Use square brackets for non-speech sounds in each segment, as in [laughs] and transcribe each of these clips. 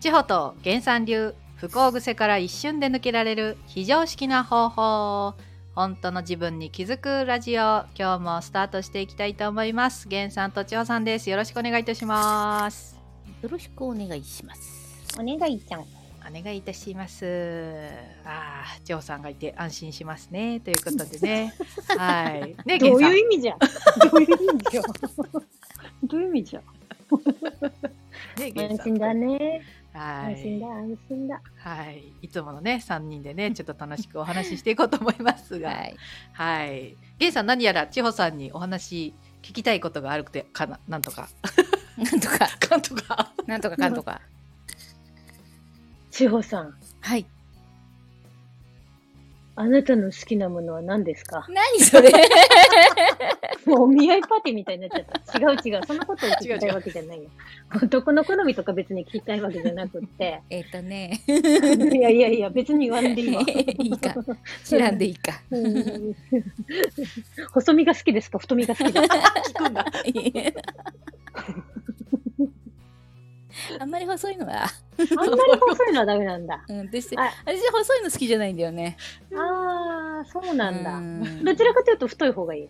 千穂と原産流不幸癖から一瞬で抜けられる非常識な方法本当の自分に気づくラジオ今日もスタートしていきたいと思います原さんと千穂さんですよろしくお願いいたしますよろしくお願いします。お願いちゃん。お願いいたしますあー千穂さんがいて安心しますねということでねはいね源どうさんいう意味じゃ。どういう意味じゃ。 [laughs] どういう意味じゃ。ね源安さん心だね。は安心いだ、安心だ。はいいつものね三人でねちょっと楽しくお話ししていこうと思いますがはい。はい。ゲイさん何やら千穂さんにお話聞きたいことがあるくてかななんとかなんとか、かんとか。なんとかかんとか。千穂さん、はい。あなたの好きなものは何ですか何それもうお見合いパーティーみたいになっちゃった。違う違う。そんなことを聞きた違う違いうわけじゃないよ。男の好みとか別に聞きたいわけじゃなく [laughs] って。 [laughs] えっとね、いやいやいや、別に言わんでいいわ。いいか知らんでいいか。うん細身が好きですか太身が好きですか聞くんだ。 [laughs] あんまり細いのは、あんまり細いのはダメなんだ。うん、私、あ私細いの好きじゃないんだよね。あー、そうなんだ。だどちらかというと太い方がいい。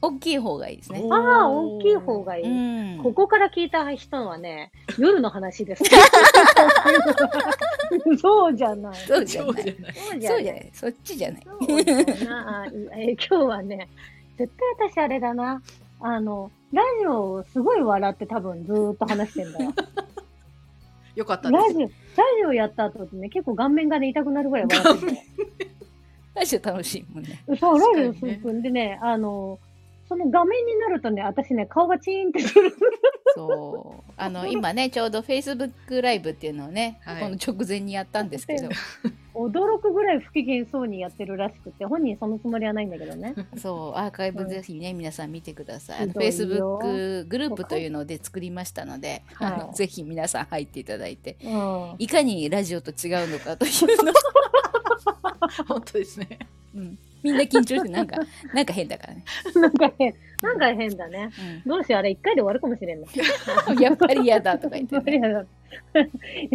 大きい方がいいですね。ああ、大きい方がいい。うんここから聞いた人 [laughs] はね、夜の話です。そうじゃない。そ [laughs] そうじゃ [laughs] そうなじゃい。ない。うそうじゃい。ない。そっちじゃない。そうじゃないあいえ今日はね、絶対私あれだな。あの、ラジオをすごい笑って多分ずーっと話して [laughs] んだよ。よかったラでジオ、ラジオやった後ってね、結構顔面がね、痛くなるぐらい笑 [laughs] ってて。ラジオ楽しいもんね。そう、ラジオ確かにねすくんでね、あの、その画面になるとね、私ね、顔がチーンってする。そう。あ [laughs] の、今ね、ちょうど Facebook ライブっていうのをね、はいこの直前にやったんですけど、驚くぐらい不機嫌そうにやってるらしくて、本人そのつもりはないんだけどね。そう、アーカイブぜひね、皆さん見てください。あのひどいよ Facebook グループというので作りましたので、はいあのぜひ皆さん入っていただいて、うん。いかにラジオと違うのかという [laughs] のを、す。 [laughs] 本当ですね。うんみんな緊張して、なんか、なんか変だからね。なんか変、なんか変だね。どうしよう、あれ一回で終わるかもしれんない。 [laughs] うんやっぱり嫌だとか言って、ね。 [laughs]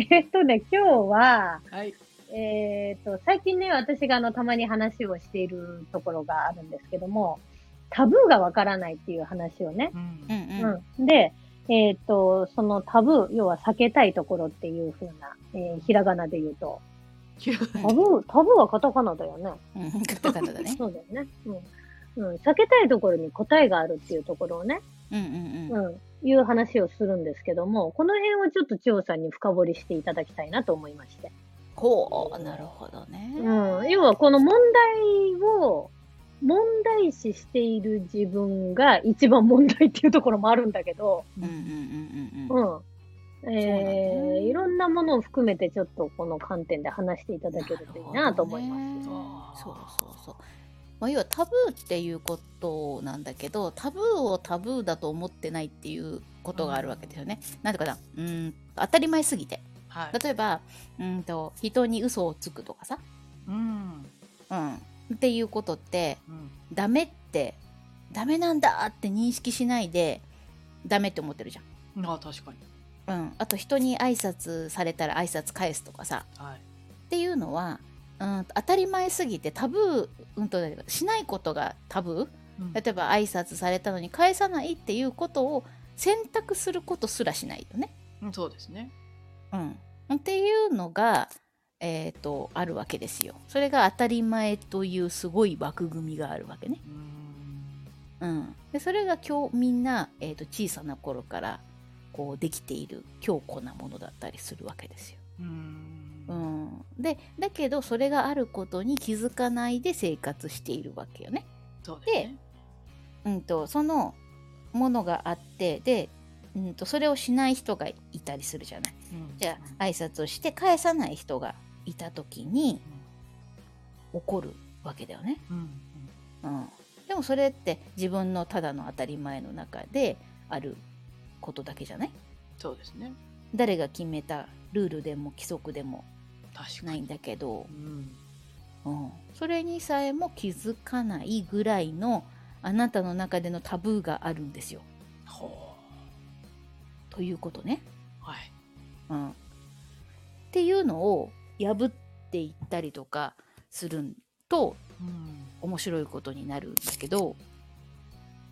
えっとね、今日は、はい。えっと、最近ね、私があの、たまに話をしているところがあるんですけども、タブーがわからないっていう話をね。うんうんうん。うん。で、えっと、そのタブー、要は避けたいところっていう風な、えーひらがなで言うと、ひらがタブー、タブーはカタカナだよね。うん、カタカナだね。そうだよね。うん。うん、避けたいところに答えがあるっていうところをね、うんうんうん。うん、いう話をするんですけども、この辺をちょっと千代さんに深掘りしていただきたいなと思いまして。こう、なるほどね。うん、要はこの問題を、問題視している自分が一番問題っていうところもあるんだけど、うんうんうんうんうん。うん。そうなんだえねー、いろんなものを含めてちょっとこの観点で話していただけるといいなと思います。なるほどねあーそうそうそう。まあ、要はタブーっていうことなんだけどタブーをタブーだと思ってないっていうことがあるわけですよね。なんていうかなうーん当たり前すぎてはい。例えばうーんと人に嘘をつくとかさ、うん。うん、っていうことってうん。ダメってダメなんだって認識しないでダメって思ってるじあー確かに。ゃん。うん、あと人に挨拶されたら挨拶返すとかさはい。っていうのは、うん、当たり前すぎてタブー、うん、としないことがタブーうん例えば挨拶されたのに返さないっていうことを選択することすらしないよね。うんそうですね。うん、っていうのが、えー、とあるわけですよ。それが当たり前というすごい枠組みがあるわけね。うん。うん、でそれが今日みんな、えー、と小さな頃からこうできている強固なものだったりするわけですよ。うんう。ん、でだけどそれがあることに気づかないで生活しているわけよね。そうですね。うん、とそのものがあってで、うん、とそれをしない人がいたりするじゃない。うんじゃあ挨拶をして返さない人がいた時に起こるわけだよね。うんうんうん、でもそれって自分のただの当たり前の中であることだけじゃないそうですね。誰が決めたルールでも規則でも確かなに。いんだけどう、ん。うん、それにさえも気づかないぐらいのあなたの中でのタブーがあるんですよ。ほということね。う。はい。うん、っていうのを破っていったりとかするとうん面白いことになるんだけど、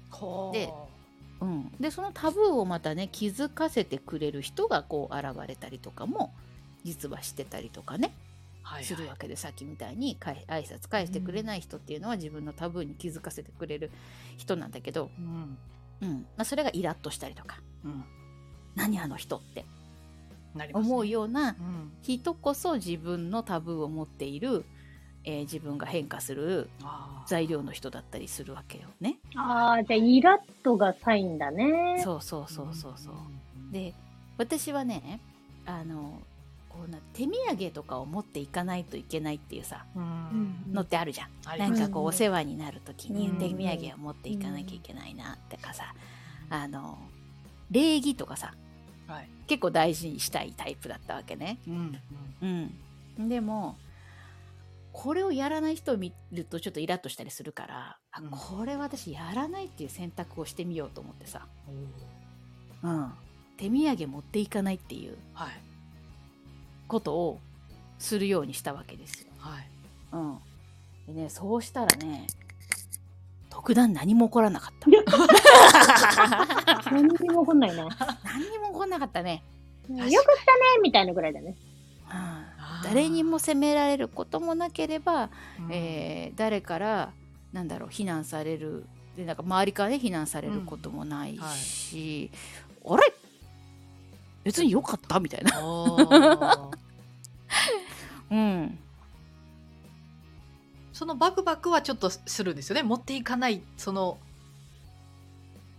ほうでうん、でそのタブーをまたね気づかせてくれる人がこう現れたりとかも実はしてたりとかねはいはいするわけで、さっきみたいにかい挨拶返してくれない人っていうのは自分のタブーに気づかせてくれる人なんだけど、うんうんまあ、それがイラッとしたりとかうん、 「何あの人」ってなりますね思うようなうん、人こそ自分のタブーを持っている、えー自分が変化するあー材料の人だったりするわけよね。ああ、じゃあ、イラッとがサインだね。そうそうそうそうそう。んで私はねあのこうな手土産とかを持っていかないといけないっていうさうんうんのってあるじゃん。ありなまんすかこうお世話になる時にうん手土産を持っていかなきゃいけないなってかさあの礼儀とかさはい結構大事にしたいタイプだったわけね。うんうんうん、でもこれをやらない人を見るとちょっとイラッとしたりするから、あうんこれ私やらないっていう選択をしてみようと思ってさ、うん、手土産持っていかないっていうはいことをするようにしたわけですよ。はいうん、でねそうしたらね特段何も起こらなかった。何にも起こんないね。よかっ何にも起こらなかったね。たねみたいなぐらいだね。うんあー誰にも責められることもなければ、うんえー誰からなんだろう非難されるでなんか周りからね非難されることもないし、あれ別に良かったみたいな、おーうん、そのバクバクはちょっとするん [laughs] ですよね持っていかないその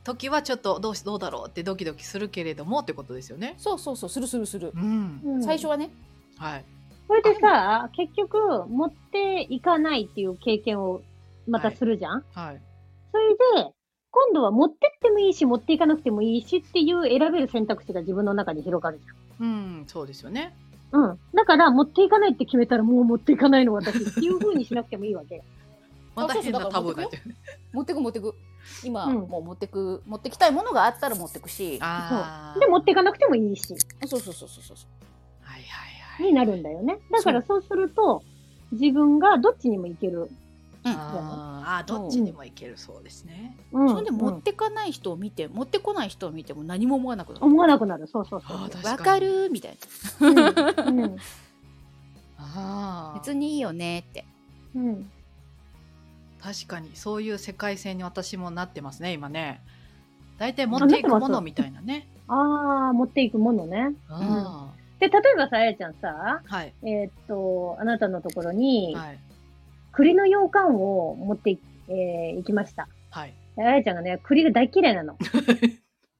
時はちょっとどうしどうだろうってドキドキするけれどもってことですよねそうそうそうするするする、うんうん最初はねはいこれでさ、結局、持っていかないっていう経験をまたするじゃん、はいそれで、今度は持ってってもいいし、持っていかなくてもいいしっていう選べる選択肢が自分の中に広がるじうんそうですよねゃん。うん。だから、持っていかないって決めたらもう持っていかないの私っていう風にしなくてもいいわけ。またそうそ変うだかならタブーになってるね持ってく持ってく今、うんもう持ってく持ってきたいものがあったら持ってくしあーで、持っていかなくてもいいし、そうそうそうそうそうはいはいはいになるんだよね。だからそうすると、自分がどっちにも行ける。あーあーどっちにもいけるそうですねうん。それで持うっんてかない人を見て、持ってこない人を見ても何も思わなくなる思わなくなる。そうそうそうあー確。にわかるみたいなうん。うんあー別にいいよねってうん。確かにそういう世界線に私もなってますね今ね大体持っていくものみたいなねああ、持っていくものうね。んんで、例えばさ、あやちゃんさ、はいえーっと、あなたのところに、はい栗の羊羹を持ってい、えー行きました。はいあやちゃんがね、栗が大嫌いな [laughs] の。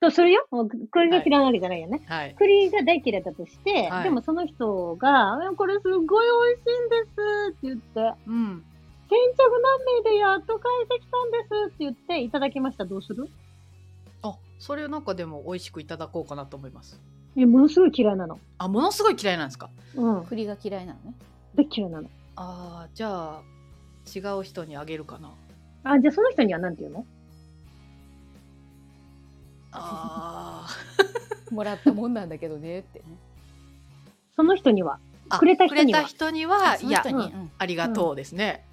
そう、するよ。もう栗が嫌いなわけじゃないよね。はい栗が大嫌いだとして、はいでもその人が、えこれすごい美味しいんですって言って、うん先着何名でやっと帰ってきたんですって言って、いただきました。どうするあそれなんかでも美味しくいただこうかなと思いますえ、ものすごい嫌いなの。あものすごい嫌いなんですかうん。栗が嫌いなのね大嫌いなの。あーじゃあ違う人にあげるかなあ、じゃあその人には何て言うのあーもらったもんなんだけどねってその人には。あくれた人にはくれた人にはいやその人にうんありがとうですね、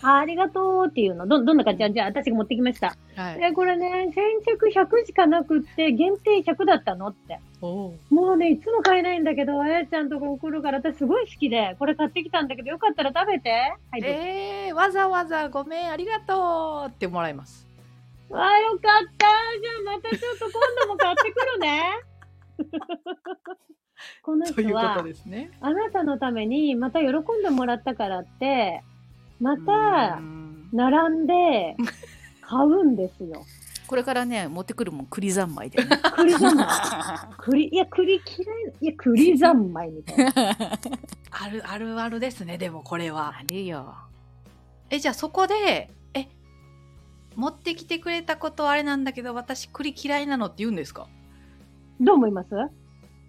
あありがとうっていうの。ど、どんな感じじゃあ、じゃあ私が持ってきました。はいえ、これね、先着100しかなくって、限定100だったのって。おーもうね、いつも買えないんだけど、あやちゃんとこ送るから、私すごい好きで、これ買ってきたんだけど、よかったら食べて。はい、どうぞえー、わざわざごめんありがとうってもらいますわあ、よかった。じゃあまたちょっと今度も買ってく [laughs] るね。このという人こはと、ですねあなたのために、また喜んでもらったからって、まうたー、ん並んで、買うんですよ。 [laughs] これからね持ってくるもん栗三昧で [laughs] ね栗三昧。栗、いや、栗嫌い。いや、栗三昧みたいな。あるあるあるですねでもこれはあるよえじゃあそこでえ持ってきてくれたことあれなんだけど私栗嫌いなのって言うんですかどう思いますだっ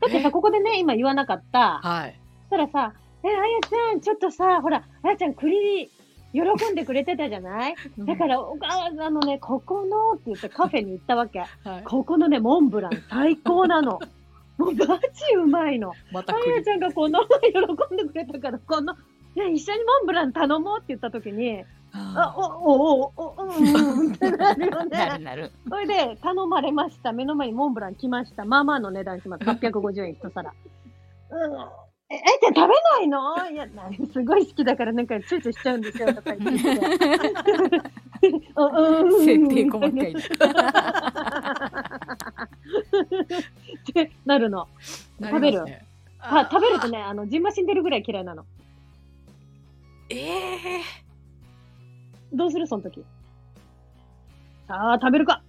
てさ、ここでね、今言わなかった。はいそしたらさ、え、あやちゃん、ちょっとさ、ほら、あやちゃん栗、喜んでくれてたじゃないだから、お母あのね、ここのって言ってカフェに行ったわけ。ら、はいここのね、モンブラン最高なの。もうマジうまいの。またあ来やるちゃんがこの前喜んでくれたから、この、ね、一緒にモンブラン頼もうって言った時に、あ、あお、お、お、お、お、うん、うんってなるよなるね。なる。それで、頼まれました。目の前にモンブラン来ました。まあまあの値段します。850円一皿。うん。え、え、じゃあ食べないのいや、なすごい好きだから、なんか躊躇しちゃうんですよ、とか言ってて。うんうんうん設定細かいなってなるの。ー食べなりるますねあ食べるとね、あの、ジンマシン出るぐらい嫌いなの。ええどうするその時。さあ、食べるか。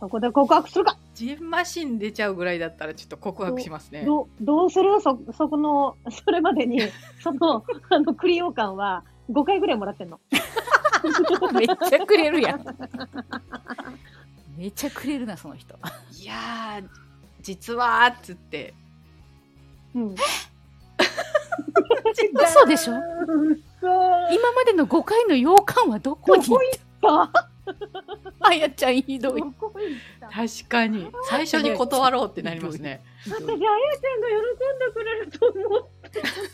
そこで告白するか。ジンマシン出ちゃうぐらいだったらちょっと告白しますねどうどうするそ、そこの、それまでに、その、あの、クリオ感は5回ぐらいもらってんの。めっちゃくれるやん。めちゃくれるな、その人。いやー実はっつってうん。嘘でしょ嘘今までの5回の洋館はどこにどこあやちゃんひどい。どこ行った確かに最初に断ろうってなりますね私、あやちゃんが喜んでくれると思っ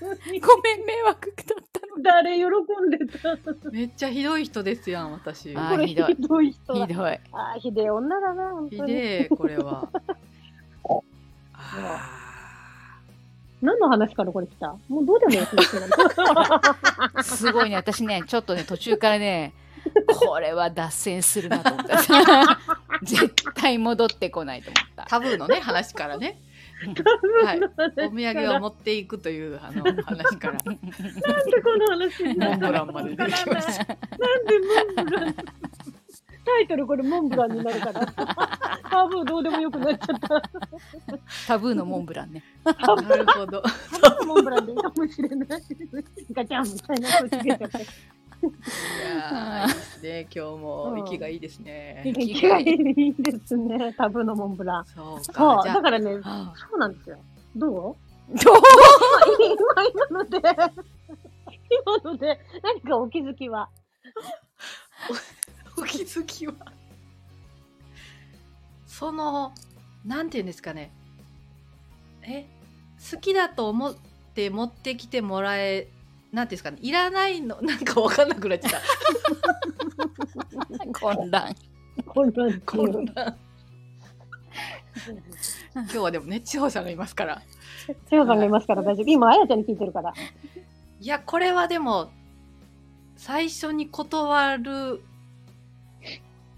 たのに、ごめん、迷惑だったの。誰喜んでためっちゃひどい人ですやん私あこれひどいひどい人だひどい。あーひでえ女だな、本ひ当に。でえこれ [laughs] はあ何の話からこれ来たもうどうでもいい話なのすごいね、私ね、ちょっとね、途中からね、これは脱線するなと思 [laughs] った。絶対戻ってこないと思ったー。タブーのね話からねはいお土産を持っていくというあの話からなんでこの話に [laughs] モなンっブたラのンまで出てきましたなんでモンブランタイトルこれモンブランになるから。タブーどうでもよくなっちゃった。タブーのモンブランね。 [laughs] なるほどタブーモンブランでいいかもしれない。ガチャンみたいな声つけちゃって。いやーいいですね今日も息がいいですねん気がいいですね。タブーのモンブラン。そうそかう、じゃだからね、あそうなんですよ。どうどう今、今ので、今ので、何かお気づきは。お気づきはそのなんて言うんですかねえ好きだと思って持ってきてもらえなんていうんですかねいらないのなんかわかんなくなっちゃった混乱。混乱ってい混 [laughs] う。乱今日はでもね地方さんがいますから千代さんがいますから大丈夫。今、あやちゃんに聞いてるから。いやこれはでも最初に断る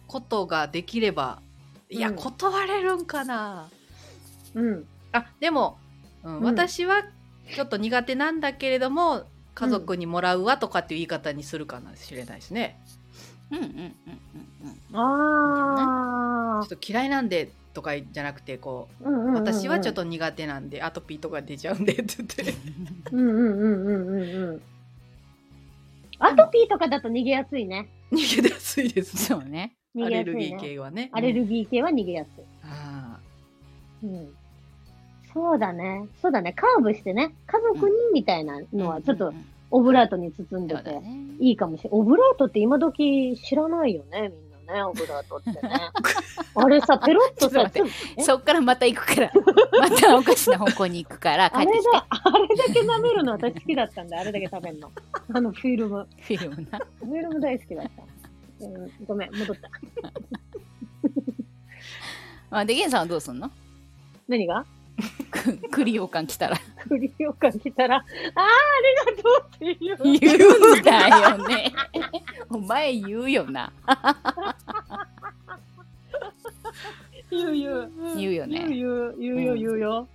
ことができればいや、うん断れるんかなうん。あでも、うんうん私はちょっと苦手なんだけれども家族にもらうわとかっていう言い方にするかもしれないですね、うんうんうんうんうん。ああ。ちょっと嫌いなんでとかじゃなくてこううんうんうんうん私はちょっと苦手なんでアトピーとか出ちゃうんでって言って [laughs] うんうんうんうんうんうん。アトピーとかだと逃げやすいね。逃げやすいですそうね。逃アげレやすルギいーね。系はねアレルギー系は逃げやすあい。うん。そうだね。そうだね。カーブしてね。家族にみたいなのは、ちょっうとんうんうんオブラートに包んでそうだて、ね。いいかもしれない。オブラートって今時知らないよね、みんなね。オブラート [laughs] ってね。あれさ、ペロッとちょっと待さ、っちょえそっからまた行くから。またおかしな方向に行くから、帰っ [laughs] あてれだ、あれだけ舐めるの私好きだったんで、あれだけ食べる [laughs] の。あのフィルム。きて。フィルムな。フィルム大好きだった。うん、ごめん、戻った。まあ、で、ゲンさんはどうすんの何が [laughs] くクリオ感来たら。クリオ感来たら、ああ、ありがとうって言言う。うんだよね。お前言うよな。言う言う。言うよ言うね。言う、言うよ、言うよ。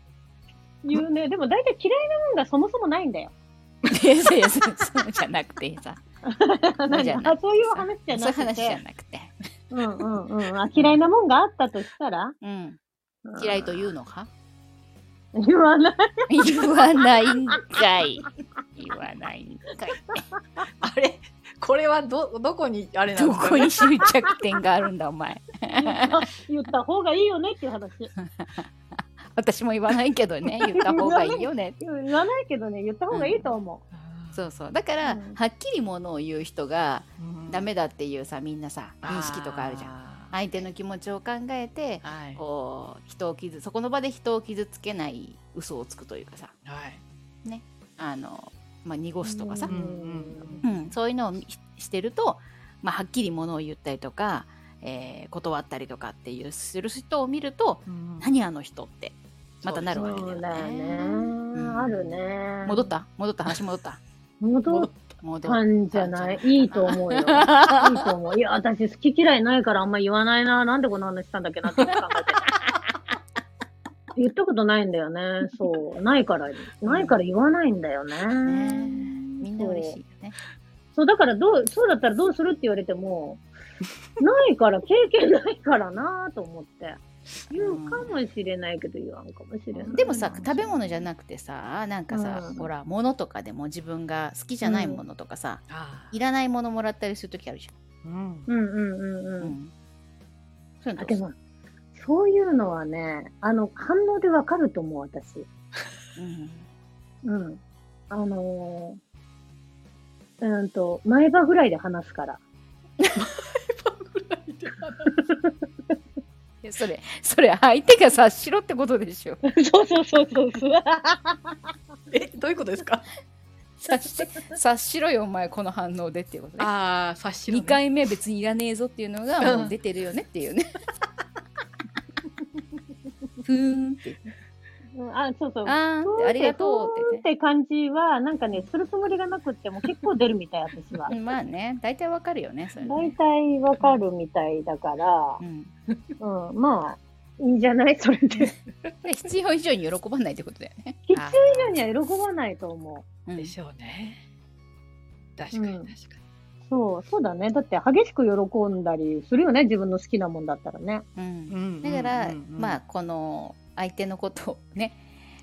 言うね。でも大体嫌いなもんがそもそもないん [laughs] だよ。いやいやいやそうじゃなくてさ。うじゃないあそういう話じゃそういなうく話じゃて。なくて。うんうんうん。あ嫌いなもんがあったとしたらうん。嫌いと言うのか言わない。言わないんかい。言わないんかい。ーあれこれはどどこにあれなんでどすかこねに執着点があるんだ、お前。言った言った方がいいよねっていう話。私も言わないけどね、言った方がいいよね。言わないけどね、言った方がいいと思そうそう。だから、うんはっきりものを言う人がうんダメだっていうさ、みんなさ、あー認識とかあるじゃん。あ相手の気持ちを考えてはい。こう人を傷そこの場で人を傷つけない嘘をつくというかさはい。あの、まあ、濁すとかさうん、うん、そういうのをししてると、まあ、はっきりものを言ったりとか、えー断ったりとかっていうする人を見るとうん何あの人ってまたなるそわけだうだよよねね。。うんあるね。戻った戻った話戻 [laughs] った戻っ戻たんじゃないいいと思うよ。いいと思う。いや、私好き嫌いないからあんま言わないな。なんでこの話したんだっけなって考えて。 [laughs] 言ったことないんだよね。そう。ないから、ないから言わないんだよね。ねみんな嬉しいよね。そう、だからどう、そうだったらどうするって言われても、ないから、経験ないからなと思って。言うかもしれないけど、言わんかもしれない。でもさ食べ物じゃなくてさなんかさ、うんほら物とかでも自分が好きじゃないものとかさ、あいらないものもらったりする時あるじーうん。うんうんうんゃん。う。うんんそういうあのでどうも、そういうのはね、あの、反応でわかると思う、私。するうんうん。あのー、うーんと、前歯ぐらいで話すから。いやそれそれ相手が察しろってことでしょそうそうそうそうそう。え、どういうことですか。察して察しろよお前この反応でっていうことねああ、察しろね2回目別にいらねえぞっていうのがもう出てるよねっていうね [laughs] ふーんってうんあ、そうそう。あーんってありがとうってふーん言っってて感じは、なんかね、するつもりがなくっても結構出るみたい、私はう。んまあね大体わかるよねそれ大ね、体わかるみたいだからう、ん、うん、まあ、いいんじゃないそれで。必で必要以上に喜ばないってことだよね。要以上には喜ばないと思う。うんでしょうね。確かに、うん確かに。そう、そうだね。だって激しく喜んだりするよね。自分の好きなもんだったらね。うんんだから、うんうんまあこの相手のことをね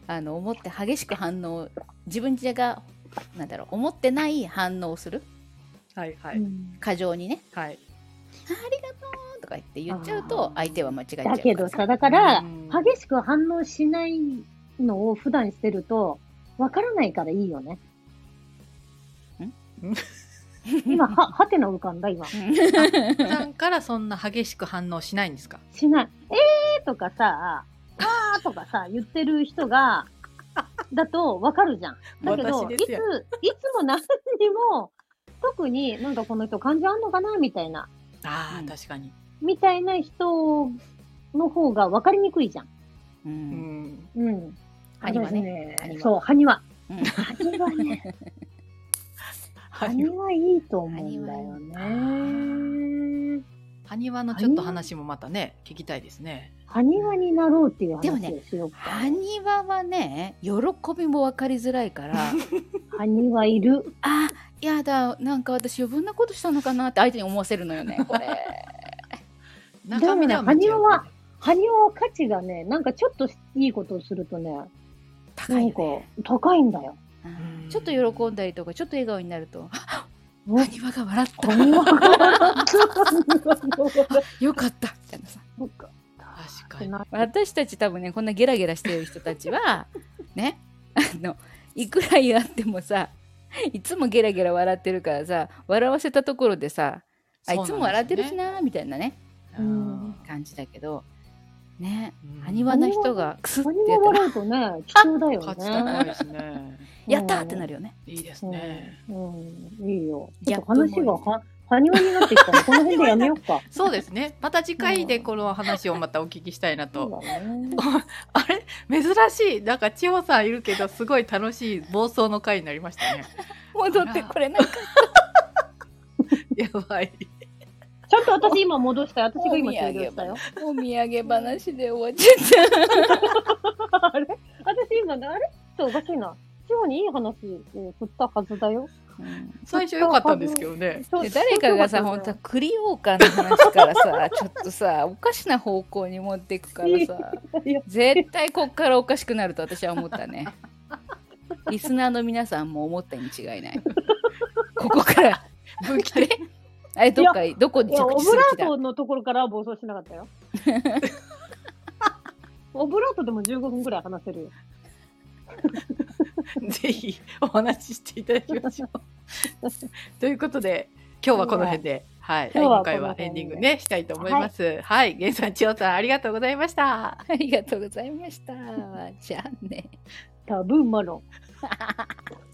あの思って激しく反応自分がなんだろう思ってない反応をするはい、はうい、ん過剰にねはい。 「ありがとう」とか言って言っちゃうとあー相手は間違えちゃうからだけどさ、だからう、ん激しく反応しないのを普段してると、わからないからいいよね。今、は、はてな浮かんだ、今。普段からそんな激しく反応しないんですか。しない。えーとかさ、あーとかさ、言ってる人が、だとわかるじゃん。だけど、私いですつよ、いつも何にも、特になんかこの人感じあんのかなみたいな、あうあ、ん確かに。みたいな人の方が分かりにくいじゃん。ううんん。うん。埴輪ね私埴輪そう、埴輪。うん埴輪ね。は埴に、輪いいと思うんだよね。はにわのちょっと話もまたね、聞きたいですね。埴輪になろうっていうでも話ねをしようか。埴輪はね喜びも分かりづらいから埴輪いる。あやだなんか私余分なことしたのかなって相手に思わせるのよねこれ中身ではでもね間違いない埴輪は埴輪は価値がね、なんかちょっといいことをするとね、高ないんよかね高いんだよ。うんちょっと喜んだりとかちょっと笑顔になるとあうん埴輪が笑った埴輪 [laughs] がよかったみたいなさ確かってに。な私たち多分ねこんなゲラゲラしてる人たちはねあのいくらやってもさいつもゲラゲラ笑ってるからさ笑わせたところでさあいつも笑ってるしななーみたいなねううんん。感じだけどねうん埴輪の人がクスって何やもったら笑うとね、貴重だよ価値ね。高いですね。やったーってなるよね。いいですね。うん、うん、いいよ。ギちャょッっとプもいい話がは、はにわになってき [laughs] たら、この辺でやめようか。そうですね。また次回でこの話をまたお聞きしたいなそとうだね。あれ珍しいなんか千穂さんいるけどすごい楽しい暴走の回になりましたね [laughs] 戻ってこれないやばいちゃんと私今戻したよ。私が今お土終了産したよ。話お土産話で終わっちゃった。 [laughs] あれ私今、あれちょっとおかしいな。地方にいい話を振ったはずだよ。最初良かったんですけど [laughs] ねそうで誰かがさ、そう本当はクリオーカーの話からさ、 [laughs] ちょっとさ、おかしな方向に持っていくからさ、 [laughs] いや絶対こっからおかしくなると私は思った [laughs] ね。リスナーの皆さんも思ったに違いない。 [laughs] ここから分岐点。あれどっかどこいにや、着オ地すブるラ気ーだ。トのところからは暴走しなかったよ。オブラートでも15分くらい話せるよ。ぜひお話ししていただきましょうということで今日はこの辺ではい、今日は今回はこんな感じでエンディングねしたいと思います。はい、源さん、千代さんありがとうございました。 [laughs] ありがとうございました。じゃあね。タブーマロン。